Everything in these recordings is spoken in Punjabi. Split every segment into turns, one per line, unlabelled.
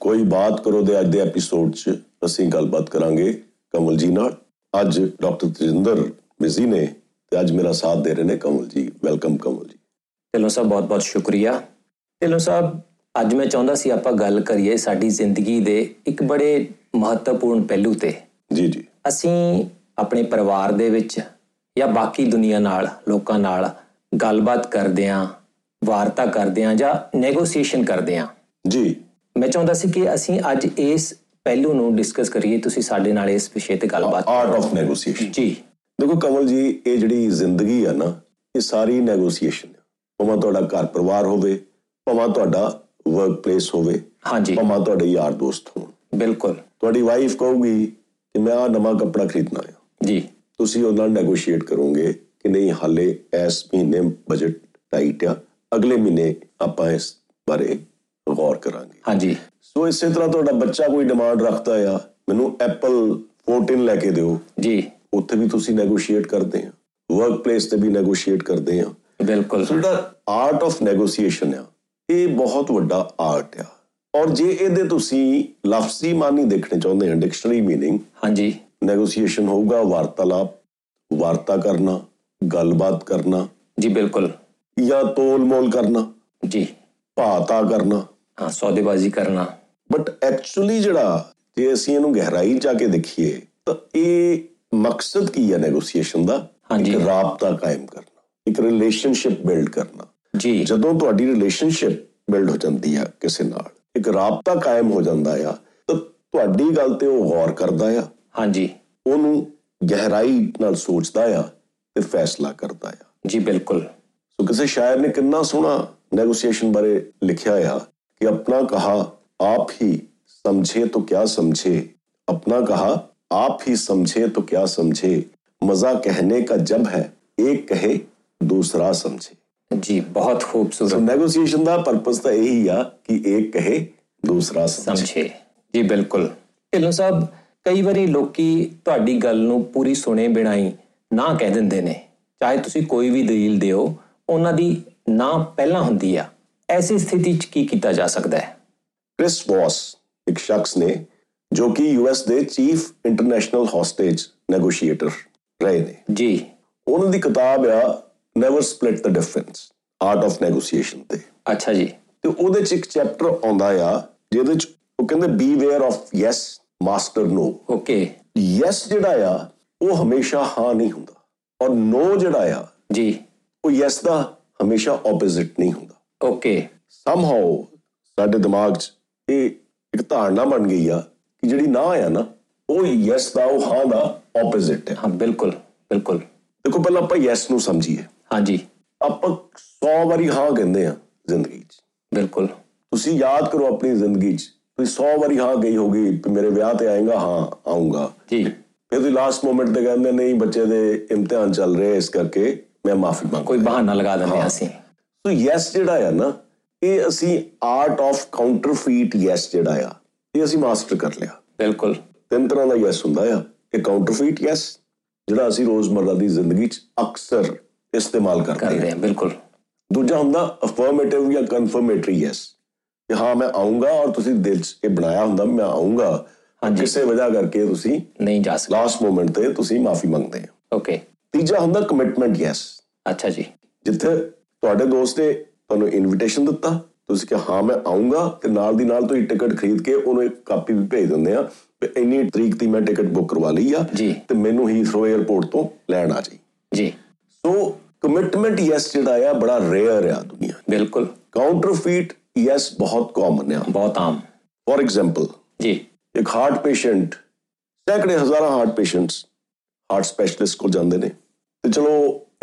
ਕੋਈ ਬਾਤ ਕਰੋ ਦੇ ਅੱਜ ਦੇ ਐਪੀਸੋਡ 'ਚ ਅਸੀਂ ਗੱਲਬਾਤ ਕਰਾਂਗੇ ਕਮਲ ਜੀ ਨਾਲ ਅੱਜ ਡਾਕਟਰ ਤਜਿੰਦਰ ਮਿਜ਼ੀ ਨੇ ਤੇ ਅੱਜ ਮੇਰਾ ਸਾਥ ਦੇ ਰਹੇ ਨੇ ਕਮਲ ਜੀ ਵੈਲਕਮ ਕਮਲ ਜੀ
ਢਿੱਲੋਂ ਸਾਹਿਬ ਬਹੁਤ-ਬਹੁਤ ਸ਼ੁਕਰੀਆ ਢਿੱਲੋਂ ਸਾਹਿਬ ਅੱਜ ਮੈਂ ਚਾਹੁੰਦਾ ਸੀ ਆਪਾਂ ਗੱਲ ਕਰੀਏ ਸਾਡੀ ਜ਼ਿੰਦਗੀ ਦੇ ਇੱਕ ਬੜੇ ਮਹੱਤਵਪੂਰਨ ਪਹਿਲੂ ਤੇ
ਜੀ ਜੀ
ਅਸੀਂ ਆਪਣੇ ਪਰਿਵਾਰ ਦੇ ਵਿੱਚ ਜਾਂ ਬਾਕੀ ਦੁਨੀਆ ਨਾਲ ਲੋਕਾਂ ਨਾਲ ਗੱਲਬਾਤ ਕਰਦੇ ਆਂ ਵਾਰਤਾ ਕਰਦੇ ਆਂ ਜਾਂ ਨੈਗੋਸੀਏਸ਼ਨ ਕਰਦੇ ਆਂ
ਜੀ
ਮੈਂ ਚਾਹੁੰਦਾ ਸੀ ਕਿ ਅਸੀਂ ਅੱਜ ਇਸ ਪਹਿਲੂ ਨੂੰ ਡਿਸਕਸ ਕਰੀਏ ਤੁਸੀਂ ਸਾਡੇ ਨਾਲ ਇਸ ਵਿਸ਼ੇ ਤੇ ਗੱਲਬਾਤ
ਆਰਟ ਆਫ ਨੈਗੋਸੀਏਸ਼ਨ
ਜੀ
ਦੇਖੋ ਕਮਲ ਜੀ ਇਹ ਜਿਹੜੀ ਜ਼ਿੰਦਗੀ ਆ ਨਾ ਇਹ ਸਾਰੀ ਨੈਗੋਸੀਏਸ਼ਨ ਹੈ ਭਾਵੇਂ ਤੁਹਾਡਾ ਘਰ ਪਰਿਵਾਰ ਹੋਵੇ ਭਾਵੇਂ ਤੁਹਾਡਾ ਵਰਕ ਪਲੇਸ ਹੋਵੇ
ਹਾਂਜੀ
ਭਾਵੇਂ ਤੁਹਾਡੇ ਯਾਰ ਦੋਸਤ ਹੋਣ
ਬਿਲਕੁਲ
ਤੁਹਾਡੀ ਵਾਈਫ ਕਹੂਗੀ ਕਿ ਮੈਂ ਆ ਨਵਾਂ ਕੱਪੜਾ ਖਰੀਦਣਾ ਹੈ
ਜੀ
ਤੁਸੀਂ ਉਹਦੇ ਨਾਲ ਨੈਗੋਸ਼ੀਏਟ ਕਰੋਗੇ ਕਿ ਨਹੀਂ ਹਾਲੇ ਇਸ ਮਹੀਨੇ ਬਜਟ ਟਾਈਟ ਆ ਅਗਲੇ ਮਹੀਨੇ ਆਪਾਂ ਇਸ ਬਾਰੇ ਗੌਰ ਕਰਾਂਗੇ
ਹਾਂਜੀ
ਸੋ ਇਸੇ ਤਰ੍ਹਾਂ ਤੁਹਾਡਾ ਬੱਚਾ ਕੋਈ ਡਿਮਾਂਡ ਰੱਖਦਾ ਆ ਮੈਨੂੰ ਐਪਲ 14 ਲੈ ਕੇ ਦਿਓ
ਜੀ
ਉੱਥੇ ਵੀ ਤੁਸੀਂ ਨੈਗੋਸ਼ੀਏਟ ਕਰਦੇ ਆ ਵਰਕ ਪਲੇਸ ਤੇ ਵੀ ਨੈਗੋਸ਼ੀਏਟ ਕਰਦੇ ਆ
ਬਿਲਕੁਲ
ਸੋ ਜਿਹੜਾ ਆਰਟ ਆਫ ਨੈਗੋਸ਼ੀਏਸ਼ਨ ਆ ਇਹ ਬਹੁਤ ਵੱਡਾ ਆਰਟ ਆ ਔਰ ਜੇ ਇਹਦੇ ਤੁਸੀਂ ਲਫ਼ਜ਼ੀ ਮਾਨੀ ਦੇਖਣੇ ਚਾਹੁੰਦੇ ਆ ਡਿਕਸ਼ਨਰੀ ਮੀਨਿੰਗ
ਹਾਂਜੀ
ਨੈਗੋਸ਼ੀਏਸ਼ਨ ਹੋਊਗਾ ਵਾਰਤਾਲਾਪ ਵਾਰਤਾ ਕਰਨਾ ਗੱਲਬਾਤ ਕਰਨਾ
ਜੀ ਬਿਲਕੁਲ
ਜਾਂ ਤੋਲ-ਮੋਲ ਕਰਨਾ
ਜੀ
ਭਾਤਾ ਕਰਨਾ
ਹਾਂ ਸੌਦੇਬਾਜ਼ੀ ਕਰਨਾ
ਬਟ ਐਕਚੁਅਲੀ ਜਿਹੜਾ ਜੇ ਅਸੀਂ ਇਹਨੂੰ ਗਹਿਰਾਈ ਜਾ ਕੇ ਦੇਖੀਏ ਤਾਂ ਇਹ ਮਕਸਦ ਕੀ ਹੈ ਨੈਗੋਸ਼ੀਏਸ਼ਨ ਦਾ
ਹਾਂਜੀ।
ਇੱਕ ਰਾਬਤਾ ਕਾਇਮ ਕਰਨਾ ਇੱਕ ਰਿਲੇਸ਼ਨਸ਼ਿਪ ਬਿਲਡ ਕਰਨਾ
ਜੀ
ਜਦੋਂ ਤੁਹਾਡੀ ਰਿਲੇਸ਼ਨਸ਼ਿਪ ਬਿਲਡ ਹੋ ਜਾਂਦੀ ਹੈ ਕਿਸੇ ਨਾਲ ਇੱਕ ਰਾਬਤਾ ਕਾਇਮ ਹੋ ਜਾਂਦਾ ਆ ਤਾਂ ਤੁਹਾਡੀ ਗੱਲ ਤੇ ਉਹ ਗੌਰ ਕਰਦਾ ਆ
ਹਾਂਜੀ
ਉਹਨੂੰ ਗਹਿਰਾਈ ਨਾਲ ਸੋਚਦਾ ਆ ਤੇ ਫੈਸਲਾ ਕਰਦਾ ਆ
ਜੀ ਬਿਲਕੁਲ
ਸੋ ਕਿਸੇ ਸ਼ਾਇਰ ਨੇ ਕਿੰਨਾ ਸੋਹਣਾ ਨੈਗੋਸ਼ੀਏਸ਼ਨ ਬਾਰੇ ਲਿਖਿਆ ਆ ਕਿ ਆਪਣਾ ਕਹਾ ਆਪ ਹੀ ਸਮਝੇ ਤੋ ਕਿਆ ਸਮਝੇ ਆਪਣਾ ਕਹਾ ਆਪ ਹੀ ਸਮਝੇ ਤੋ ਕਿਆ ਸਮਝੇ ਮਜ਼ਾ ਕਹਿਨੇ ਕਾ ਜਬ ਹੈ ਇੱਕ ਕਹੇ ਦੂਸਰਾ ਸਮਝੇ
ਜੀ ਬਹੁਤ
ਸੋ
ਖੂਬਸੂਰਤ
ਨੈਗੋਸ਼ੀਏਸ਼ਨ ਦਾ ਪਰਪਸ ਤਾਂ ਇਹੀ ਆ ਕਿ ਇੱਕ ਕਹੇ ਦੂਸਰਾ ਸਮਝੇ
ਸਮਝੇ ਜੀ ਬਿਲਕੁਲ ਢਿੱਲੋਂ ਸਾਹਿਬ ਕਈ ਵਾਰੀ ਲੋਕੀ ਤੁਹਾਡੀ ਗੱਲ ਨੂੰ ਪੂਰੀ ਸੁਣੇ ਬਿਨਾਂ ਹੀ ਨਾ ਕਹਿ ਦਿੰਦੇ ਨੇ ਚਾਹੇ ਤੁਸੀਂ ਕੋਈ ਵੀ ਦਲੀਲ ਦਿਓ ਉਹਨਾਂ ਦੀ ਨਾ ਪਹਿਲਾਂ ਹੁੰਦੀ ਆ ਐਸੀ ਸਥਿਤੀ 'ਚ ਕੀ ਕੀਤਾ ਜਾ ਸਕਦਾ ਹੈ
ਕ੍ਰਿਸ ਵੌਸ ਇੱਕ ਸ਼ਖਸ ਨੇ ਜੋ ਕਿ ਯੂਐਸ ਦੇ ਚੀਫ ਇੰਟਰਨੈਸ਼ਨਲ ਹੌਸਟੇਜ ਨੈਗੋਸ਼ੀਏਟਰ ਰਹੇ ਨੇ
ਜੀ
ਉਹਨਾਂ ਦੀ ਕਿਤਾਬ ਆ never split the difference art of negotiation ਤੇ
ਅੱਛਾ ਜੀ
ਤੇ ਉਹਦੇ ਚ ਇੱਕ ਚੈਪਟਰ ਆਉਂਦਾ ਆ ਜਿਹਦੇ ਚ ਉਹ ਕਹਿੰਦੇ beware of yes master no
okay
yes ਜਿਹੜਾ ਆ ਉਹ ਹਮੇਸ਼ਾ ਹਾਂ ਨਹੀਂ ਹੁੰਦਾ ਔਰ ਨੋ ਜਿਹੜਾ ਆ
ਜੀ
ਉਹ ਯੈਸ ਦਾ ਹਮੇਸ਼ਾ ਆਪੋਜ਼ਿਟ ਨਹੀਂ ਹੁੰਦਾ
ਓਕੇ
ਸਮਹਾਉ ਸਾਡੇ ਦਿਮਾਗ 'ਚ ਇਹ ਇੱਕ ਧਾਰਨਾ ਬਣ ਗਈ ਆ ਕਿ ਜਿਹੜੀ ਨਾ ਆ ਨਾ ਉਹ ਯੈਸ ਦਾ ਉਹ ਹਾਂ ਦਾ ਆਪੋਜ਼ਿਟ ਹੈ
ਹਾਂ ਬਿਲਕੁਲ ਬਿਲਕੁਲ
ਦੇਖੋ ਪਹਿਲਾਂ ਆਪਾਂ ਯੈਸ ਨੂੰ ਸਮਝੀਏ
ਹਾਂਜੀ
ਆਪਾਂ 100 ਵਾਰੀ ਹਾਂ ਕਹਿੰਦੇ ਆ ਜ਼ਿੰਦਗੀ 'ਚ
ਬਿਲਕੁਲ
ਤੁਸੀਂ ਯਾਦ ਕਰੋ ਆਪਣੀ ਜ਼ਿੰਦਗੀ 'ਚ ਤੁਸੀਂ 100 ਵਾਰੀ ਹਾਂ ਗਈ ਹੋਗੀ ਵੀ ਮੇਰੇ ਵਿਆਹ ਤੇ ਆਏਗਾ ਹਾਂ ਆਉਂਗਾ
ਜੀ
ਫਿਰ ਤੁਸੀਂ ਲਾਸਟ ਮੂਮੈਂਟ ਤੇ ਕਹਿੰਦੇ ਨਹੀਂ ਬੱਚੇ ਦੇ ਇਮਤਿਹਾਨ ਚੱਲ ਰਹੇ ਆ, ਇਸ ਕਰਕੇ ਮੈਂ ਮਾਫੀ ਮੰਗ
ਕੋਈ ਬਹਾਨਾ ਲਗਾ ਦਿੰਦੇ ਹਾਂ ਅਸੀਂ
ਸੋ ਯੈਸ ਜਿਹੜਾ ਆ ਨਾ ਇਹ ਅਸੀਂ ਆਰਟ ਆਫ ਕਾਊਂਟਰਫੀਟ ਯੈਸ ਜਿਹੜਾ ਆ ਇਹ ਅਸੀਂ ਮਾਸਟਰ ਕਰ ਲਿਆ
ਬਿਲਕੁਲ
ਤਿੰਨ ਤਰ੍ਹਾਂ ਦਾ ਯੈਸ ਹੁੰਦਾ ਆ ਇਹ ਕਾਊਂਟਰਫੀਟ ਯੈਸ ਜਿਹੜਾ ਅਸੀਂ ਰੋਜ਼ਮਰਰਾ ਦੀ ਜ਼ਿੰਦਗੀ 'ਚ ਅਕਸਰ ਇਸਤੇਮਾਲ ਕਰਦੇ ਹਾਂ
ਕਰਦੇ ਹਾਂ ਬਿਲਕੁਲ
ਦੂਜਾ ਹੁੰਦਾ ਅਫਰਮੇਟਿਵ ਜਾਂ ਕਨਫਰਮੇਟਰੀ ਯੈਸ ਕਿ ਹਾਂ ਮੈਂ ਆਉਂਗਾ ਔਰ ਤੁਸੀਂ ਦਿਲ 'ਚ ਇਹ ਬਣਾਇਆ ਹੁੰਦਾ ਵੀ ਮੈਂ ਆਉਂਗਾ
ਹਾਂਜੀ।
ਕਿਸੇ ਵਜ੍ਹਾ ਕਰਕੇ ਤੁਸੀਂ
ਨਹੀਂ ਜਾ ਸਕਦਾ
ਲਾਸਟ ਮੂਮੈਂਟ ਤੇ ਤੁਸੀਂ ਮਾਫੀ ਮੰਗਦੇ ਹੋ
ਓਕੇ
ਤੀਜਾ ਹੁੰਦਾ ਕਮਿਟਮੈਂਟ ਯੈਸ
ਅੱਛਾ ਜੀ
ਜਿੱਥੇ ਤੁਹਾਡੇ ਦੋਸਤ ਨੇ ਤੁਹਾਨੂੰ ਇਨਵੀਟੇਸ਼ਨ ਦਿੱਤਾ ਤੁਸੀਂ ਕਿਹਾ ਹਾਂ ਮੈਂ ਆਉਂਗਾ ਤੇ ਨਾਲ ਦੀ ਨਾਲ ਤੁਸੀਂ ਟਿਕਟ ਖਰੀਦ ਕੇ ਉਹਨੂੰ ਇੱਕ ਕਾਪੀ ਵੀ ਭੇਜ ਦਿੰਦੇ ਆ ਵੀ ਇੰਨੀ ਤਰੀਕ ਦੀ ਮੈਂ ਟਿਕਟ ਬੁੱਕ ਕਰਵਾ ਲਈ ਆ
ਜੀ।
ਤੇ ਮੈਨੂੰ ਹੀਥਰੋ 에ਅਰਪੋਰਟ ਤੋਂ ਲੈਣ ਆ ਜਾਈ
ਜੀ
ਸੋ ਕਮਿਟਮੈਂਟ ਯੈਸ ਜਿਹੜਾ ਆ ਬੜਾ ਰੇਅਰ ਆ ਦੁਨੀਆ 'ਚ।
ਬਿਲਕੁਲ
ਕਾਊਂਟਰਫੀਟ ਯੈਸ ਬਹੁਤ ਕਾਮਨ ਆ
ਬਹੁਤ ਆਮ
ਫੋਰ ਐਗਜ਼ਾਮਪਲ
ਜੀ
ਇੱਕ ਹਾਰਟ ਪੇਸ਼ੈਂਟ ਸੈਂਕੜੇ ਹਜ਼ਾਰਾਂ ਹਾਰਟ ਪੇਸ਼ੈਂਟਸ ਹਾਰਟ ਸਪੈਸ਼ਲਿਸਟ ਕੋਲ ਜਾਂਦੇ ਨੇ ਤੇ ਚਲੋ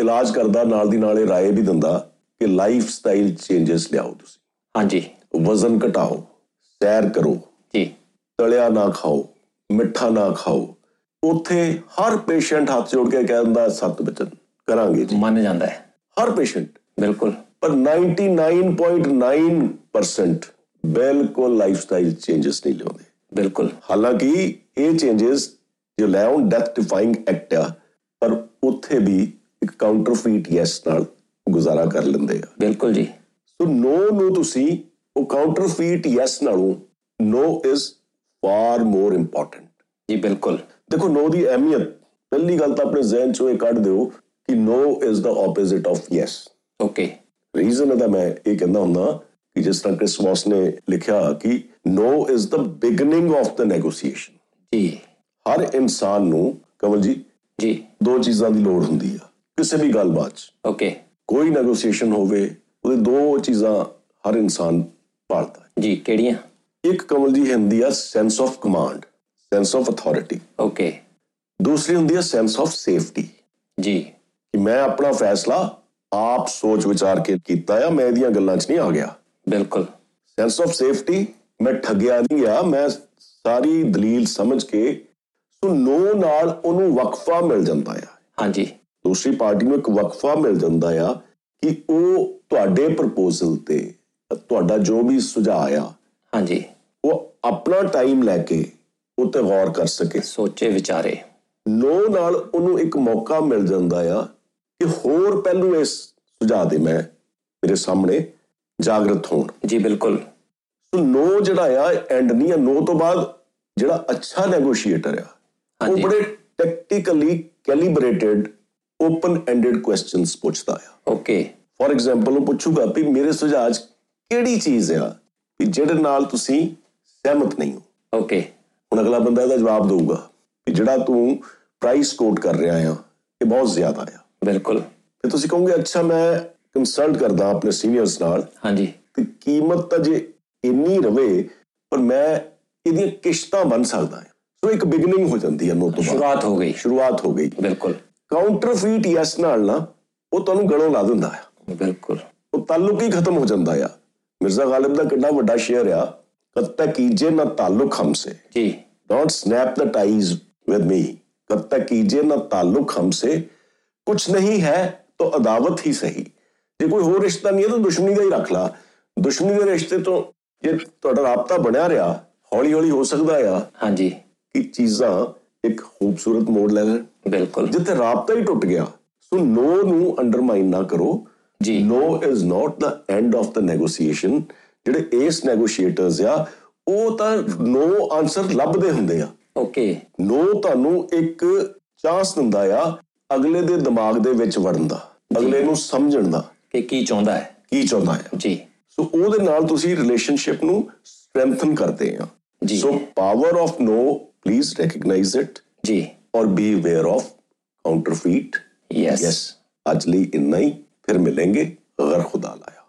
ਇਲਾਜ ਕਰਦਾ ਨਾਲ ਦੀ ਨਾਲ ਇਹ ਰਾਏ ਵੀ ਦਿੰਦਾ ਕਿ ਲਾਈਫ ਸਟਾਈਲ ਚੇਂਜਸ ਲਿਆਓ ਤੁਸੀਂ
ਹਾਂਜੀ
ਵਜ਼ਨ ਘਟਾਓ ਸੈਰ ਕਰੋ
ਜੀ
ਤਲਿਆ ਨਾ ਖਾਓ ਮਿੱਠਾ ਨਾ ਖਾਓ ਉੱਥੇ ਹਰ ਪੇਸ਼ੈਂਟ ਹੱਥ ਜੋੜ ਕੇ ਕਹਿੰਦਾ ਸਤ ਬਚਨ ਕਰਾਂਗੇ ਜੀ
ਮੰਨ ਜਾਂਦਾ ਹੈ
ਹਰ ਪੇਸ਼ੈਂਟ
ਬਿਲਕੁਲ
ਪਰ 99.9% ਬਿਲਕੁਲ ਲਾਈਫ ਸਟਾਈਲ ਚੇਂਜਸ ਨਹੀਂ ਲਿਆਉਂਦੇ
ਬਿਲਕੁਲ
ਹਾਲਾਂਕਿ ਇਹ ਚੇਂਜਸ ਜੋ ਲੈ ਆਉਣ ਡੈਥ ਡਿਫਾਈਂਗ ਐਕਟ ਆ ਪਰ ਉੱਥੇ ਵੀ ਇੱਕ ਕਾਊਂਟਰਫੀਟ ਯੈਸ ਨਾਲ ਗੁਜ਼ਾਰਾ ਕਰ ਲੈਂਦੇ ਆ
ਬਿਲਕੁਲ ਜੀ
ਸੋ ਨੋ ਨੂੰ ਤੁਸੀਂ ਉਹ ਕਾਊਂਟਰਫੀਟ ਯੈਸ ਨਾਲੋਂ no is far more important
ਜੀ ਬਿਲਕੁਲ
ਦੇਖੋ ਨੋ ਦੀ ਅਹਿਮੀਅਤ ਪਹਿਲੀ ਗੱਲ ਤਾਂ ਆਪਣੇ ਜ਼ਿਹਨ ਚੋਂ ਇਹ ਕੱਢ ਦਿਓ ਕਿ no is the opposite of yes
okay
reason ਇਹਦਾ ਮੈਂ ਇਹ ਕਹਿੰਦਾ ਹੁੰਦਾ ਕਿ ਜਿਸ ਤਰ੍ਹਾਂ ਕ੍ਰਿਸਮਸ ਨੇ ਲਿਖਿਆ ਕਿ no is the beginning of the negotiation
ਜੀ
ਹਰ ਇਨਸਾਨ ਨੂੰ ਕਮਲ ਜੀ
ਜੀ
ਦੋ ਚੀਜ਼ਾਂ ਦੀ ਲੋੜ ਹੁੰਦੀ ਆ ਕਿਸੇ ਵੀ ਗੱਲਬਾਤ 'ਚ
ਓਕੇ
ਕੋਈ ਨੈਗੋਸੀਏਸ਼ਨ ਹੋਵੇ ਉਹਦੇ ਦੋ ਚੀਜ਼ਾਂ ਹਰ ਇਨਸਾਨ ਭਾਲਦਾ
ਜੀ ਕਿਹੜੀਆਂ
ਹੈ। ਇੱਕ ਕਮਲ ਜੀ ਹੁੰਦੀ ਆ sense of command sense of authority
okay
ਦੂਸਰੀ ਹੁੰਦੀ ਆ ਸੈਂਸ ਆਫ ਸੇਫਟੀ
ਜੀ
ਕਿ ਮੈਂ ਆਪਣਾ ਫੈਸਲਾ ਆਪ ਸੋਚ ਵਿਚਾਰ ਕੇ ਕੀਤਾ ਆ ਮੈਂ ਇਹਦੀਆਂ ਗੱਲਾਂ 'ਚ ਨਹੀਂ ਆ ਗਿਆ
ਬਿਲਕੁਲ
ਸੈਂਸ ਆਫ ਸੇਫਟੀ ਮੈਂ ਠੱਗਿਆ ਨਹੀਂ ਗਿਆ ਮੈਂ ਸਾਰੀ ਦਲੀਲ ਸਮਝ ਕੇ ਸੋ ਨੋ ਨਾਲ ਉਹਨੂੰ ਵਕਫਾ ਮਿਲ ਜਾਂਦਾ ਆ
ਹਾਂਜੀ
ਦੂਸਰੀ ਪਾਰਟੀ ਨੂੰ ਇੱਕ ਵਕਫਾ ਮਿਲ ਜਾਂਦਾ ਆ ਕਿ ਉਹ ਤੁਹਾਡੇ ਪ੍ਰਪੋਜ਼ਲ ਤੇ ਤੁਹਾਡਾ ਜੋ ਵੀ ਸੁਝਾਅ ਆ
ਹਾਂਜੀ
ਉਹ ਆਪਣਾ ਟਾਈਮ ਲੈ ਕੇ ਉਹ ਤੇ ਗੌਰ ਕਰ ਸਕੇ
ਸੋਚੇ ਵਿਚਾਰੇ
ਨੋ ਨਾਲ ਉਹਨੂੰ ਇੱਕ ਮੌਕਾ ਮਿਲ ਜਾਂਦਾ ਆ ਕਿ ਹੋਰ ਪਹਿਲੂ ਇਸ ਸੁਝਾਅ ਦੇ ਮੈਂ ਮੇਰੇ ਸਾਹਮਣੇ ਜਾਗਰਤ ਹੋਣ
ਜੀ ਬਿਲਕੁਲ
ਸੋ ਨੋ ਜਿਹੜਾ ਆ ਐਂਡ ਨਹੀਂ ਆ ਨੋ ਤੋਂ ਬਾਅਦ ਜਿਹੜਾ ਅੱਛਾ ਨੈਗੋਸ਼ੀਏਟਰ ਆ ਉਹ
ਹਾਂਜੀ।
ਬੜੇ tactically calibrated open ended questions ਪੁੱਛਦਾ ਆ
ਓਕੇ
ਫੋਰ ਐਗਜ਼ਾਮਪਲ ਉਹ ਪੁੱਛੂਗਾ ਵੀ ਮੇਰੇ ਸੁਝਾਅ 'ਚ ਕਿਹੜੀ ਚੀਜ਼ ਆ ਵੀ ਜਿਹਦੇ ਨਾਲ ਤੁਸੀਂ ਸਹਿਮਤ ਨਹੀਂ ਹੋ
ਓਕੇ
ਹੁਣ ਅਗਲਾ ਬੰਦਾ ਇਹਦਾ ਜਵਾਬ ਦੇਊਗਾ ਵੀ ਜਿਹੜਾ ਤੂੰ ਪ੍ਰਾਈਸ ਕੋਟ ਕਰ ਰਿਹਾ ਆ ਇਹ ਬਹੁਤ ਜ਼ਿਆਦਾ ਆ
ਬਿਲਕੁਲ
ਤੇ ਤੁਸੀਂ ਕਹੋਗੇ ਅੱਛਾ ਮੈਂ ਕੰਸਲਟ ਕਰਦਾ ਆਪਣੇ ਸੀਨੀਅਰਸ ਨਾਲ
ਹਾਂਜੀ
ਤੇ ਕੀਮਤ ਤਾਂ ਜੇ ਇੰਨੀ ਰਵੇ ਪਰ ਮੈਂ ਇਹਦੀਆਂ ਕਿਸ਼ਤਾਂ ਬਣ ਸਕਦਾ ਹਾਂ ਸੋ ਇੱਕ ਬਿਗਨਿੰਗ ਹੋ ਜਾਂਦੀ ਹੈ ਨੋ ਤੋਂ ਬਾਅਦ
ਸ਼ੁਰੂਆਤ ਹੋ ਗਈ
ਸ਼ੁਰੂਆਤ ਹੋ ਗਈ
ਬਿਲਕੁਲ
ਕਾਊਂਟਰਫੀਟ ਯੈਸ ਨਾਲ ਨਾ ਉਹ ਤੁਹਾਨੂੰ ਗਲੋਂ ਲਾ ਦਿੰਦਾ ਆ
ਬਿਲਕੁਲ
ਉਹ ਤਾਲੁਕ ਹੀ ਖਤਮ ਹੋ ਜਾਂਦਾ ਆ ਮਿਰਜ਼ਾ ਗਾਲਿਬ ਦਾ ਕਿੰਨਾ ਵੱਡਾ ਸ਼ੇਅਰ ਆ ਕਦ ਤੱਕ ਕੀਜੇ ਨਾ ਤਾਲੁਕ ਹਮਸੇ
ਜੀ
don't snap the ties with me कब तक कीजिए ना ताल्लुक हमसे कुछ नहीं है तो अदावत ही सही ਜੇ ਕੋਈ ਹੋਰ ਰਿਸ਼ਤਾ ਨਹੀਂ ਹੈ ਤਾਂ ਦੁਸ਼ਮਣੀ ਦਾ ਹੀ ਰੱਖ ਲਾ ਦੁਸ਼ਮਣੀ ਦੇ ਰਿਸ਼ਤੇ ਤੋਂ ਜੇ ਤੁਹਾਡਾ ਰਾਬਤਾ ਬਣਿਆ ਰਿਹਾ ਹੌਲੀ ਹੌਲੀ ਹੋ ਸਕਦਾ ਆ
ਹਾਂਜੀ
ਕਿ ਚੀਜ਼ਾਂ ਇੱਕ ਖੂਬਸੂਰਤ ਮੋੜ ਲੈ ਲੈਣ
ਬਿਲਕੁਲ
ਜਿੱਥੇ ਰਾਬਤਾ ਹੀ ਟੁੱਟ ਗਿਆ ਸੋ ਨੋ ਨੂੰ ਅੰਡਰਮਾਈਨ ਨਾ ਕਰੋ
ਜੀ।
No is not the end of the negotiation ਜਿਹੜੇ ਇਸ ਨੈਗੋਸ਼ੀਏਟਰਸ ਆ ਉਹ ਤਾਂ ਨੋ ਆਨਸਰ ਲੱਭਦੇ ਹੁੰਦੇ ਆ
ਓਕੇ
ਨੋ ਤੁਹਾਨੂੰ ਇੱਕ ਚਾਂਸ ਦਿੰਦਾ ਆ ਅਗਲੇ ਦੇ ਦਿਮਾਗ ਦੇ ਵਿੱਚ ਵੜਨ ਦਾ ਅਗਲੇ ਨੂੰ ਸਮਝਣ ਦਾ
ਕਿ ਕੀ ਚਾਹੁੰਦਾ ਹੈ
ਕੀ ਚਾਹੁੰਦਾ ਆ
ਜੀ
ਸੋ ਉਹਦੇ ਨਾਲ ਤੁਸੀਂ ਰਿਲੇਸ਼ਨਸ਼ਿਪ ਨੂੰ ਸਟਰੈਂਥਨ ਕਰਦੇ ਆ
ਜੀ।
So power of no please recognise it
ਜੀ
ਔਰ be aware of counterfeit
yes
ਅੱਜ ਲਈ ਇੰਨਾ ਹੀ ਫਿਰ ਮਿਲਾਂਗੇ ਅਗਰ ਖੁਦਾ ਲਾਇਆ